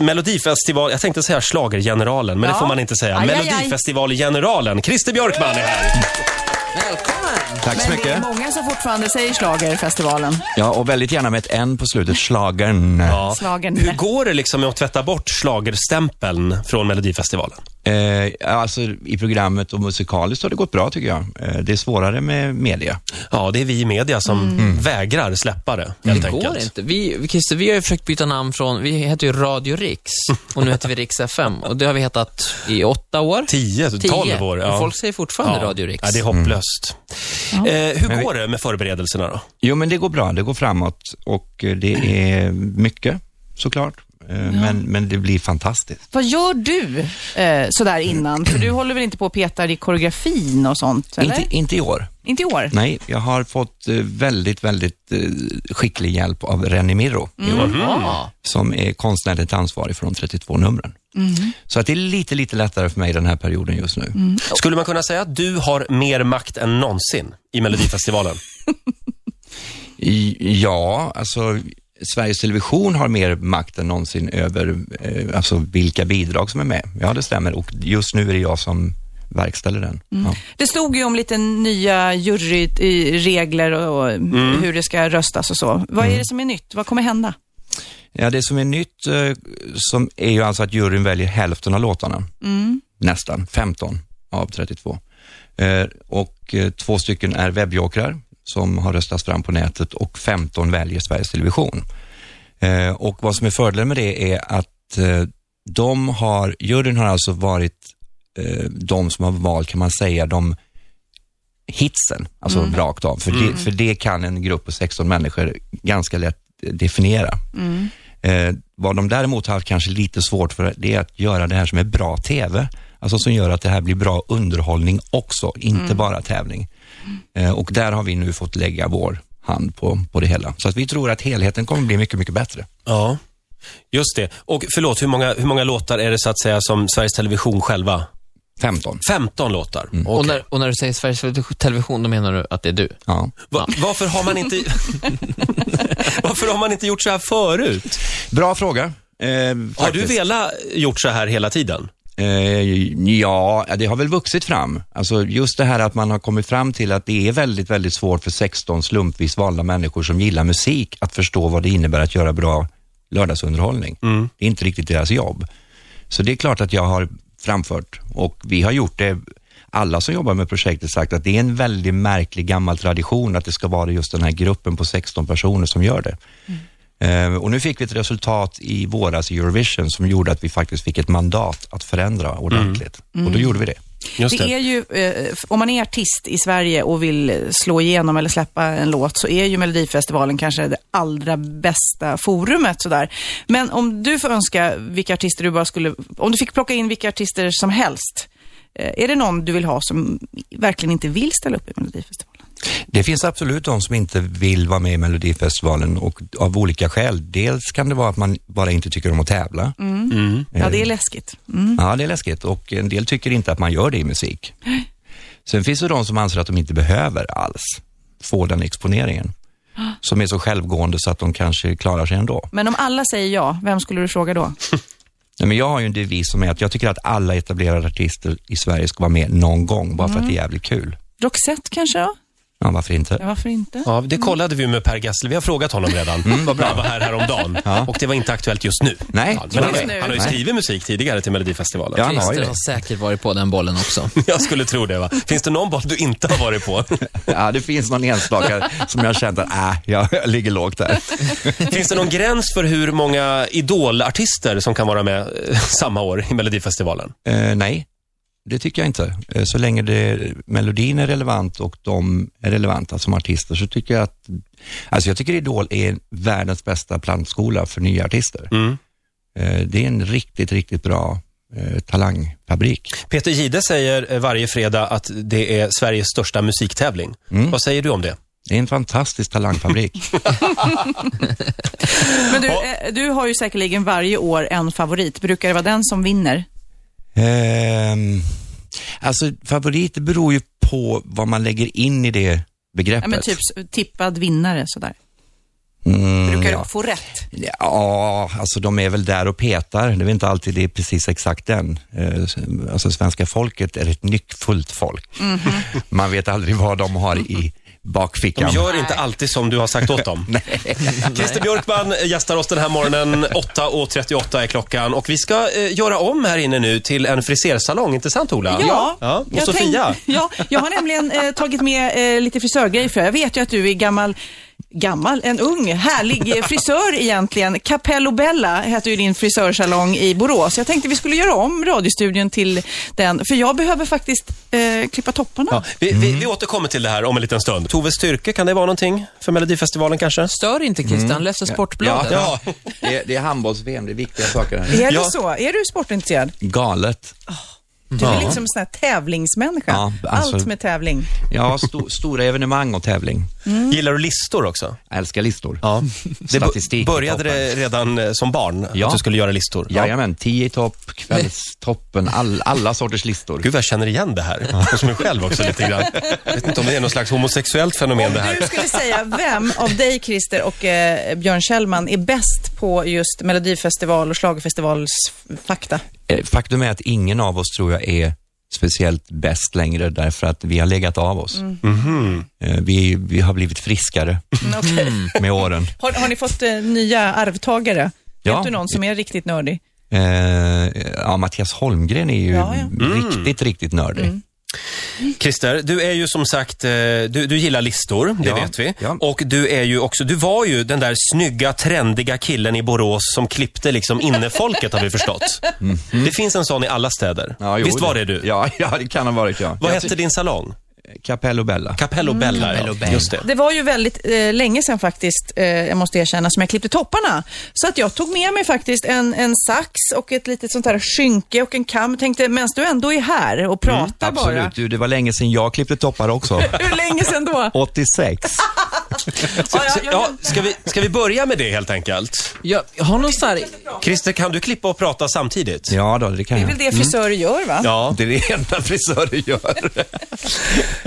Melodifestival, jag tänkte säga Schlagergeneralen, men det Ja. får man inte säga. Aj, aj, aj. Melodifestivalgeneralen, Christer Björkman är här. Välkommen! Tack så Men det är mycket. många som fortfarande säger schlagerfestivalen. Ja, och väldigt gärna med ett N på slutet. Schlagern. Ja. Slagen. Hur går det liksom med att tvätta bort schlagerstämpeln från Melodifestivalen? Eh, alltså, I programmet och musikaliskt har det gått bra tycker jag. Eh, det är svårare med media. Ja, det är vi i media som Mm. vägrar släppa det, helt Mm. Det enkelt. går inte. Vi, vi- Christer, vi har ju försökt byta namn från, vi hette ju Radio Rix och nu heter vi Rix FM och det har vi hetat i åtta år. 10, 12 år. Och folk säger fortfarande Radio Mm. Rix. Ja, det är hopplöst. Eh, hur går det med förberedelserna då? Jo, men det går bra. Det går framåt och eh, det är mycket såklart. Eh, men, men det blir fantastiskt. Vad gör du eh, sådär innan? För du håller väl inte på och petar i koreografin och sånt? Eller? Inte, inte i år. Inte i år? Nej, jag har fått eh, väldigt, väldigt eh, skicklig hjälp av Renny Mirro i år. Ja. som är konstnärligt ansvarig för de 32 numren. Så att det är lite, lite lättare för mig den här perioden just nu. Skulle man kunna säga att du har mer makt än någonsin i Melodifestivalen? I- Ja, alltså Sveriges Television har mer makt än någonsin över eh, alltså, vilka bidrag som är med. Ja, det stämmer och just nu är det jag som verkställer den. Ja. Det stod ju om lite nya juryregler och, och hur det ska röstas och så. Vad är det som är nytt? Vad kommer hända? ja, det som är nytt eh, som är ju alltså att juryn väljer hälften av låtarna. Nästan, 15 av 32. Eh, och eh, två stycken är webbjokrar som har röstats fram på nätet och 15 väljer Sveriges Television. Eh, och vad som är fördelen med det är att eh, de har, juryn har alltså varit eh, de som har valt, kan man säga, de hitsen, alltså rakt av. För, det, för det kan en grupp på 16 människor ganska lätt eh, definiera. Eh, vad de däremot har haft kanske lite svårt för, det är att göra det här som är bra TV. Alltså som gör att det här blir bra underhållning också, inte bara tävling. Eh, och där har vi nu fått lägga vår hand på, på det hela. Så att vi tror att helheten kommer bli mycket, mycket bättre. Ja, just det. Och förlåt, hur många, hur många låtar är det så att säga som Sveriges Television själva? 15. 15 låtar. Okej. Och, när, och när du säger Sveriges Television, då menar du att det är du? Ja. Va, varför, har man inte, varför har man inte gjort så här förut? Bra fråga. Eh, Har du faktiskt. velat eh, gjort så här hela tiden? Eh, ja, det har väl vuxit fram. Alltså just det här att man har kommit fram till att det är väldigt, väldigt svårt för 16 slumpvis valda människor som gillar musik att förstå vad det innebär att göra bra lördagsunderhållning. Det är inte riktigt deras jobb. Så det är klart att jag har framfört och vi har gjort det, alla som jobbar med projektet sagt att det är en väldigt märklig gammal tradition att det ska vara just den här gruppen på 16 personer som gör det. Eh, Och nu fick vi ett resultat i våras i Eurovision som gjorde att vi faktiskt fick ett mandat att förändra ordentligt. Och då gjorde vi det. Just det är ju, eh, om man är artist i Sverige och vill slå igenom eller släppa en låt så är ju Melodifestivalen kanske det allra bästa forumet sådär. Men om du får önska vilka artister du bara skulle, om du fick plocka in vilka artister som helst, eh, är det någon du vill ha som verkligen inte vill ställa upp i Melodifestivalen? Det finns absolut de som inte vill vara med i Melodifestivalen och av olika skäl. Dels kan det vara att man bara inte tycker om att tävla. Eh. Ja, det är läskigt. Mm. Ja, det är läskigt och en del tycker inte att man gör det i musik. Sen finns det de som anser att de inte behöver alls få den exponeringen. Som är så självgående så att de kanske klarar sig ändå. Men om alla säger ja, vem skulle du fråga då? Nej, men jag har ju en devis som är att jag tycker att alla etablerade artister i Sverige ska vara med någon gång, bara för att det är jävligt kul. Roxette kanske då? Ja, varför inte? Ja, varför inte? Ja, det kollade vi med Per Gessle. Vi har frågat honom redan. vad bra. Han var här häromdagen. Och det var inte aktuellt just nu. Nej, Men han, Just nu. han har ju Nej. skrivit musik tidigare till Melodifestivalen. Ja, han har ju Christer det. har säkert varit på den bollen också. Jag skulle tro det. Va? Finns det någon boll du inte har varit på? Ja, det finns någon enstaka som jag känt att, äh, jag, jag ligger lågt där. Finns det någon gräns för hur många idolartister som kan vara med eh, samma år i Melodifestivalen? Eh, nej, det tycker jag inte. Eh, så länge det, melodin är relevant och de är relevanta som artister så tycker jag att, alltså jag tycker Idol är världens bästa plantskola för nya artister. Mm. Eh, det är en riktigt, riktigt bra eh, talangfabrik. Peter Gide säger eh, varje fredag att det är Sveriges största musiktävling. Vad säger du om det? Det är en fantastisk talangfabrik. Men du, eh, du har ju säkerligen varje år en favorit. Brukar det vara den som vinner? Ehm, alltså favorit beror ju på vad man lägger in i det Ja, begreppet. men typ s- tippad vinnare sådär. Mm, Brukar ja. du få rätt? Ja, alltså de är väl där och petar. Det är väl inte alltid det är precis exakt den. Eh, Alltså svenska folket är ett nyckfullt folk. Man vet aldrig vad de har i bakfickan. De gör inte alltid som du har sagt åt dem. Christer Björkman eh, gästar oss den här morgonen. 8.38 är klockan. Och vi ska eh, göra om här inne nu till en frisersalong. Inte sant, Ola? ja. Och jag Sofia. tänkte- ja, jag har nämligen eh, tagit med eh, lite frisörgrejer för jag vet ju att du är gammal Gammal, en ung, härlig eh, frisör egentligen. Capello Bella heter ju din frisörsalong i Borås. Jag tänkte vi skulle göra om radiostudion till den, för jag behöver faktiskt eh, klippa topparna. Ja, vi, vi, vi återkommer till det här om en liten stund. Tove Styrke, kan det vara någonting för Melodifestivalen kanske? Stör inte Christian, läser Sportbladet. Mm. Ja. Det, är, det är handbolls-VM, det är viktiga saker. här. Är Ja. det så? Är du sportintresserad? Galet. Du är liksom en sån här tävlingsmänniska. Ja, alltså- Allt med tävling. Ja, sto, stora evenemang och tävling. Gillar du listor också? Jag älskar listor. Ja. Det bo- Statistik. började toppen. det redan eh, som barn, Ja. att du skulle göra listor? Jajamän, tio i topp, kvällstoppen, all, alla sorters listor. Gud vad jag känner igen det här, hos mig själv också lite grann. Jag vet inte om det är något slags homosexuellt fenomen det Om här. du skulle säga vem av dig, Christer, och eh, Björn Kjellman är bäst på just Melodifestival och schlagerfestivals fakta? Eh, Faktum är att ingen av oss tror jag är speciellt bäst längre därför att vi har legat av oss. Mm. Mhm. Eh, Vi, vi har blivit friskare Okej. med åren. Har, har ni fått eh, nya arvtagare? Ja. Vet du någon som är riktigt nördig? Eh, Ja, Mattias Holmgren är ju Ja, Mm. ja. Mm. riktigt, riktigt nördig. Christer, du är ju som sagt, eh, du, du gillar listor, det Ja, vet vi. ja. Och du är ju också, du var ju den där snygga, trendiga killen i Borås som klippte liksom innefolket har vi förstått. Det finns en sån i alla städer. Ja, jo, Visst var det du? Ja, ja, det kan ha varit jag. Vad jag hette din salong? ty- Capello Bella. Capello Bella, ja. Just det. Det var ju väldigt eh, länge sedan faktiskt, eh, jag måste erkänna, som jag klippte topparna. Så att jag tog med mig faktiskt en, en sax och ett litet sånt här skynke och en kam. Tänkte, medan du ändå är här och pratar bara. Mm, Absolut, du, det var länge sedan jag klippte toppar också. Hur länge sedan då? 86. Ja, jag- jag- Ja, ska, vi, ska vi börja med det helt enkelt? Jag, jag har någon sån här... Christer, kan du klippa och prata samtidigt? Ja, då, det kan Det är jag. väl det frisörer gör, va? Ja. Det är det enda frisörer gör.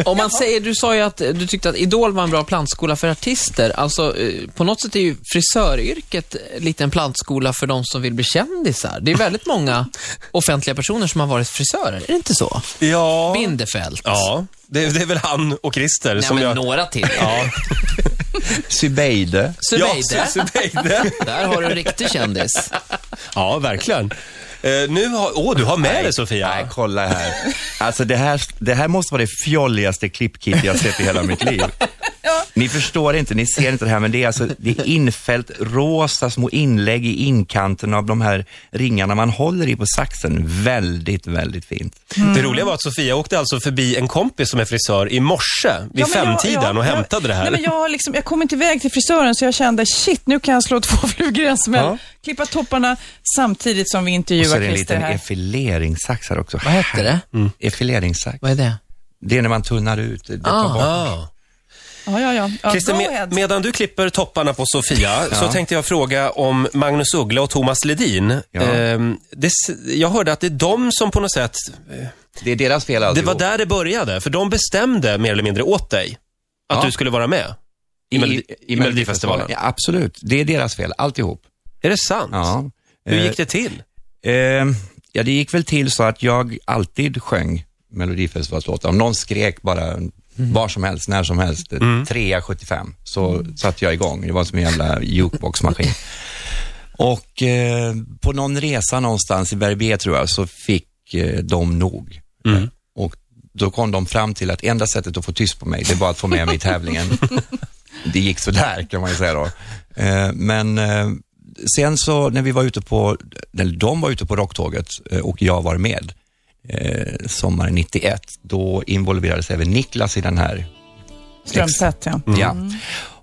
Om man säger, du sa ju att eh, du tyckte att Idol var en bra plantskola för artister. Alltså, eh, på något sätt är ju frisöryrket eh, lite en plantskola för de som vill bli kändisar. Det är väldigt många offentliga personer som har varit frisörer, är det inte så? Ja, Bindefält. ja. Det, det är väl han och Christer Nej, som men jag... några till. Ja. Sybeide. Ja, Subeide. Subeide. Där har du en riktig kändis. ja, verkligen. Eh, nu har... Åh, du har med dig Nej, Sofia. kolla här. Alltså det här, det här måste vara det fjolligaste klippkit jag sett i hela mitt liv. Ni förstår inte, ni ser inte det här, men det är alltså det är infällt rosa små inlägg i inkanten av de här ringarna man håller i på saxen. Väldigt, väldigt fint. Det roliga var att Sofia åkte alltså förbi en kompis som är frisör i morse vid Ja, men jag- femtiden jag- och jag- hämtade det här. Nej, men jag, har liksom, jag kom inte iväg till frisören så jag kände shit, nu kan jag slå två flugor i en smäll. Ja. Klippa topparna samtidigt som vi Och så intervjuar är det en Christer liten här. effileringssax här också. Vad hette det? Mm. Effileringssax. Vad är det? Det är när man tunnar ut. Det tar Ah. bort. Ah. Ja, ja, ja. ja Christer, go me- ahead. medan du klipper topparna på Sofia så tänkte jag fråga om Magnus Uggla och Thomas Ledin. Ja. Ehm, det, s- jag hörde att det är de som på något sätt, Det är deras fel det var alltihop. där det började, för de bestämde mer eller mindre åt dig att Ja. du skulle vara med i, Melodi- i Melodifestivalen. Ja, absolut, det är deras fel alltihop. Är det sant? Ja. Hur Eh, gick det till? Eh, ja, det gick väl till så att jag alltid sjöng Melodifestivalslåtar. Om någon skrek bara var som helst, när som helst, mm. 3.75, så satte jag igång. Det var som en jävla jukeboxmaskin. Och eh, på någon resa någonstans i Verbier tror jag, så fick eh, de nog. Eh, Och då kom de fram till att enda sättet att få tyst på mig, det var att få med mig i tävlingen. det gick sådär kan man ju säga då. Eh, men eh, sen så när vi var ute på, eller de var ute på rocktåget eh, och jag var med eh, sommaren 91, då involverades även Niklas i den här Strömstedt, ja. Ja.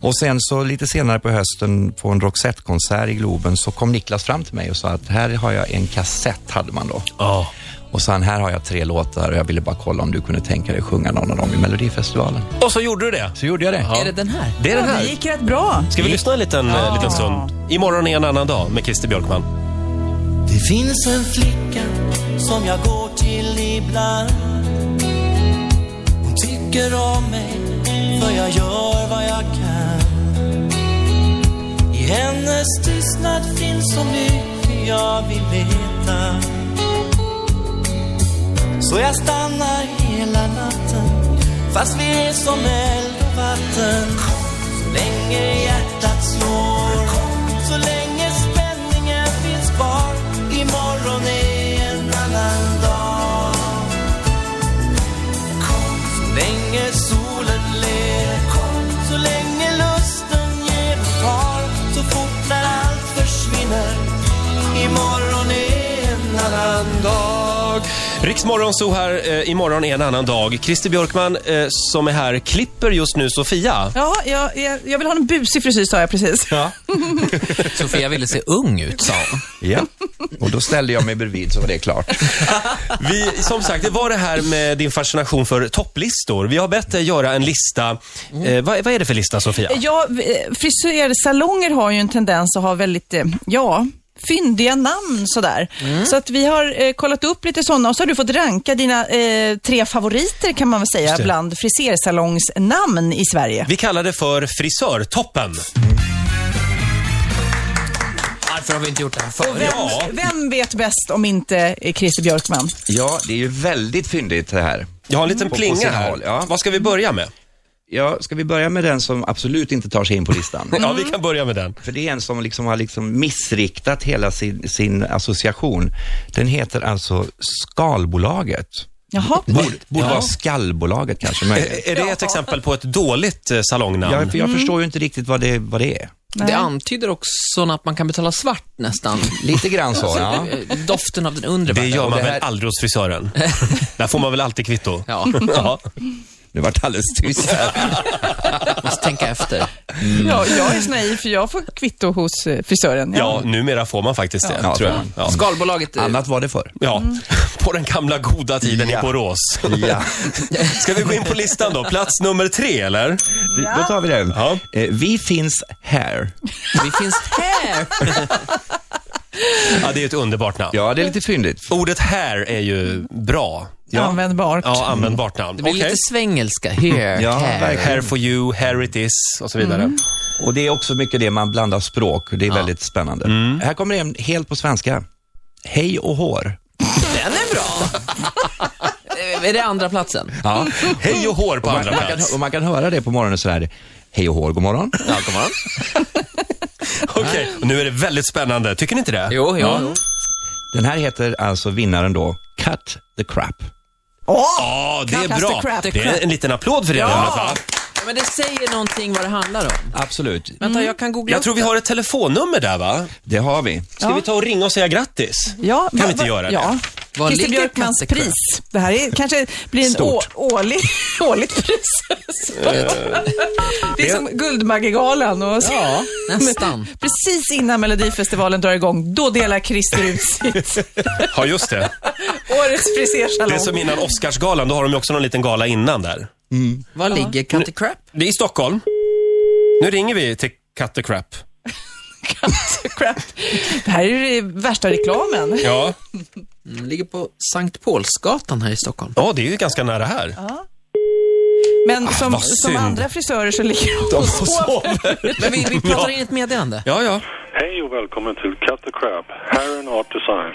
Och sen så lite senare på hösten på en Roxette-konsert i Globen så kom Niklas fram till mig och sa att här har jag en kassett, hade man då. Ja. Och sa han, här har jag tre låtar och jag ville bara kolla om du kunde tänka dig sjunga någon av dem i Melodifestivalen. Och så gjorde du det. Så gjorde jag det. Är det den här? Det är den Ja, här. det gick rätt bra. Ska vi lyssna en liten, eh, liten stund? Imorgon är en annan dag med Christer Björkman. Det finns en flicka som jag går till ibland Hon tycker om mig för jag gör vad jag kan dess tystnad finns så mycket jag vill veta. Så jag stannar hela natten, fast vi är som eld och vatten. Så länge hjärtat slår, så länge spänningen finns kvar. Imorgon är en annan dag. Så länge solen ler, så länge lusten ger och tar, så fort när allt försvinner, imorgon är en annan dag. Riksmorgon så här, eh, imorgon är en annan dag. Christer Björkman eh, som är här klipper just nu Sofia. Ja, jag, jag, jag vill ha en busig frisyr sa jag precis. Ja. Sofia ville se ung ut, sa hon. ja. Och då ställde jag mig bredvid så var det klart. Vi, som sagt, det var det här med din fascination för topplistor. Vi har bett dig göra en lista. Eh, vad, vad är det för lista Sofia? Ja, eh, frisersalonger har ju en tendens att ha väldigt, eh, ja, fyndiga namn sådär. Så att vi har eh, kollat upp lite sådana och så har du fått ranka dina eh, tre favoriter kan man väl säga det. bland frisersalongsnamn i Sverige. Vi kallar det för frisörtoppen. Varför har vi inte gjort det här förut? Vem, Ja. vem vet bäst om inte eh, Christer Björkman? Ja, det är ju väldigt fyndigt det här. Jag har en liten På- på plinga sina här. håll, ja. Vad ska vi börja med? Ja, ska vi börja med den som absolut inte tar sig in på listan? Ja, vi kan börja med den. För det är en som liksom har liksom missriktat hela sin, sin association. Den heter alltså Skalbolaget. Jaha. Borde, borde vara Skallbolaget kanske möjligen. Är det ett exempel på ett dåligt eh, Jag, salongnamn? för jag förstår ju inte riktigt vad det, vad det är. Nej. Det antyder också att man kan betala svart nästan. Lite grann så, ja. Eh, Doften av den undre Det gör världen. man det väl här- aldrig hos frisören? Där får man väl alltid kvitto? Ja. Ja. Det vart alldeles tyst här. Måste tänka efter. Mm. Ja, jag är så naiv för jag får kvitto hos eh, frisören. ja, numera får man faktiskt det, Ja, tror jag. får man. Ja. Skalbolaget, eh, Annat var det förr. Ja, på den gamla goda tiden i Ja. Borås. Ja. Ska vi gå in på listan då? Plats nummer tre, eller? Vi- Då tar vi den. Ja. Eh, Vi finns här. vi finns här. Ja, det är ett underbart namn. Ja, det är lite fyndigt. Ordet här är ju bra. Användbart. Ja, användbart namn. Det blir Okej. lite svängelska. Here, Ja, here. verkligen. Here for you, here it is och så vidare. Och det är också mycket det man blandar språk. Det är väldigt spännande. Mm. Här kommer det en helt på svenska. Hej och hår. Den är bra. Eh, är det andra platsen? Ja. Hej och hår på Man, andra man, kan, plats. och man kan höra det på morgonen sådär. Hej och hår, god morgon. Ja, god morgon. Okej, och nu är det väldigt spännande. Tycker ni inte det? Jo, jo. Ja. jo. Den här heter alltså vinnaren då Cut the crap. Ja, det är Cut the bra. crap. Det är en liten applåd för det. Ja. Ja, Men det säger någonting vad det handlar om. Absolut, Vänta, jag kan googla Jag tror vi har ett telefonnummer där, va? det har vi. Ska vi ta och ringa och säga grattis? Ja, Kan vi inte göra det? Ja. Var Christer ligger Björkmans Kattekväll? pris. Det här är, kanske blir en å, Stort. årlig, årligt pris. Eh. det är som Guldbaggegalan. Och så. Ja, nästan. Precis innan Melodifestivalen drar igång, då delar Christer ut sitt Ja, just det. årets Det är frisersalong. som innan Oscarsgalan, då har de ju också någon liten gala innan där. Var ligger Cutty Crap? Det är i Stockholm. Nu ringer vi till Cut the Crap. Crap. Det här är ju det värsta reklamen. Ja, Den ligger på Sankt Paulsgatan här i Stockholm. ja det är ju ganska nära här. Men som, Ah, vad som synd. andra frisörer så ligger de De och får sover. Men vi, vi pratar in ett meddelande. Ja, ja. Hej och välkommen till Cut the Crab, Hair and Art Design.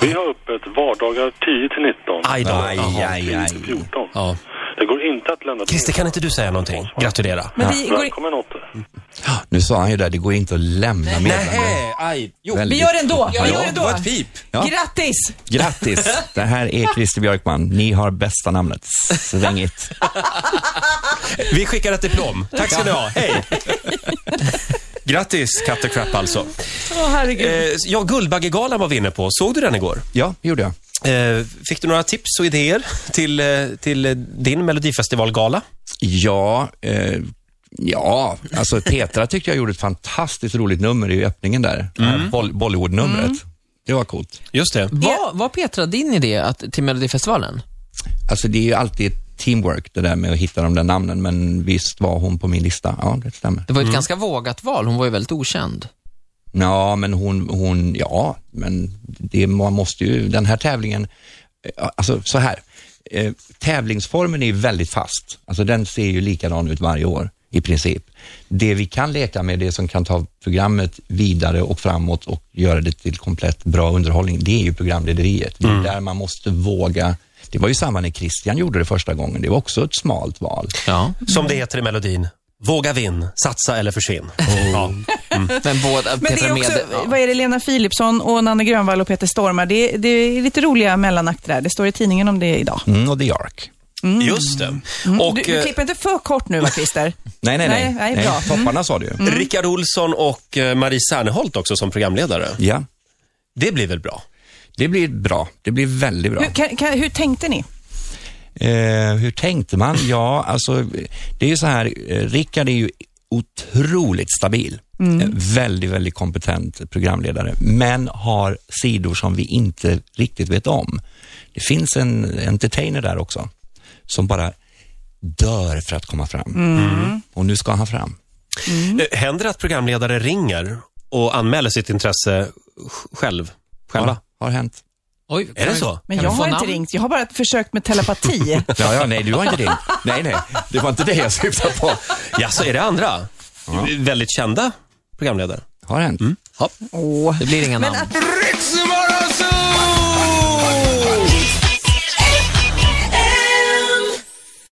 Vi har öppet vardagar 10 till 19, Aj då. Aj, Jaha. aj, 10 aj. till 14. Ah. Ja. Det går inte att lämna... Christer, kan inte du säga någonting? Gratulera. Men vi, går, Välkommen åter. Nu sa han ju det, det går inte att lämna meddelandet. Nej, aj. Jo. vi Väldigt- gör det ändå. Vi Ja, gör det ändå. Vad ett pip. Ja. Grattis! Grattis! Det här är Christer Björkman. Ni har bästa namnet. Svängigt. Vi skickar ett diplom. Tack ska ni ha. Hej. Grattis, Cut the Crap alltså. Åh, herregud. Eh, ja, Guldbaggegalan var vi inne på. Såg du den igår? Ja, gjorde jag. Eh, fick du några tips och idéer till, eh, till eh, din Melodifestivalgala? Ja, eh, ja, alltså Petra tyckte jag gjorde ett fantastiskt roligt nummer i öppningen där. Det här Boll- Bollywood-numret. Det var coolt. Just det. Var, var Petra din idé att, till Melodifestivalen? Alltså det är ju alltid ett teamwork det där med att hitta de där namnen, men visst var hon på min lista. Ja, det stämmer. Det var ju ett ganska vågat val. Hon var ju väldigt okänd. Ja, men hon, hon ja, men det, man måste ju, den här tävlingen, eh, alltså så här, eh, tävlingsformen är ju väldigt fast. Alltså den ser ju likadan ut varje år. i princip. Det vi kan leka med, det som kan ta programmet vidare och framåt och göra det till komplett bra underhållning, det är ju programlederiet. Det är där man måste våga. Det var ju samma när Christian gjorde det första gången. Det var också ett smalt val. Ja. Som det heter i melodin. Våga vinn, satsa eller försvinn. Ja. Men båda, Men det Petra är också, Mede- ja. vad är det, Lena Philipsson och Nanne Grönvall och Peter Stormar. Det, det är lite roliga mellanakter där. Det står i tidningen om det idag. Mm, och The Ark. Just det. Och, du, Och du eh, klipper inte för kort nu va, Christer? Nej, nej, nej. Nej, nej, bra. Topparna sa du ju. Rickard Olsson och eh, Marie Serneholt också som programledare. Ja, Det blir väl bra? det blir bra. Det blir väldigt bra. hur, kan, kan, hur tänkte ni? Eh, hur tänkte man? Ja, alltså det är ju så här, eh, Rickard är ju otroligt stabil. Mm. Eh, Väldigt, väldigt kompetent programledare, men har sidor som vi inte riktigt vet om. Det finns en entertainer där också, som bara dör för att komma fram. Mm. Och nu ska han fram. Eh, Händer det att programledare ringer och anmäler sitt intresse sj- själv? Själva? Ja, har hänt. Oj, kan Är det vi- så? Men Kan jag vi få har inte namn? ringt. Jag har bara försökt med telepati. Ja, ja, nej, du har inte det. Nej, nej, det var inte det jag syftade på. Ja, så är det andra? Väldigt kända programledare? Har hänt. Ja. Det blir inga namn. Att-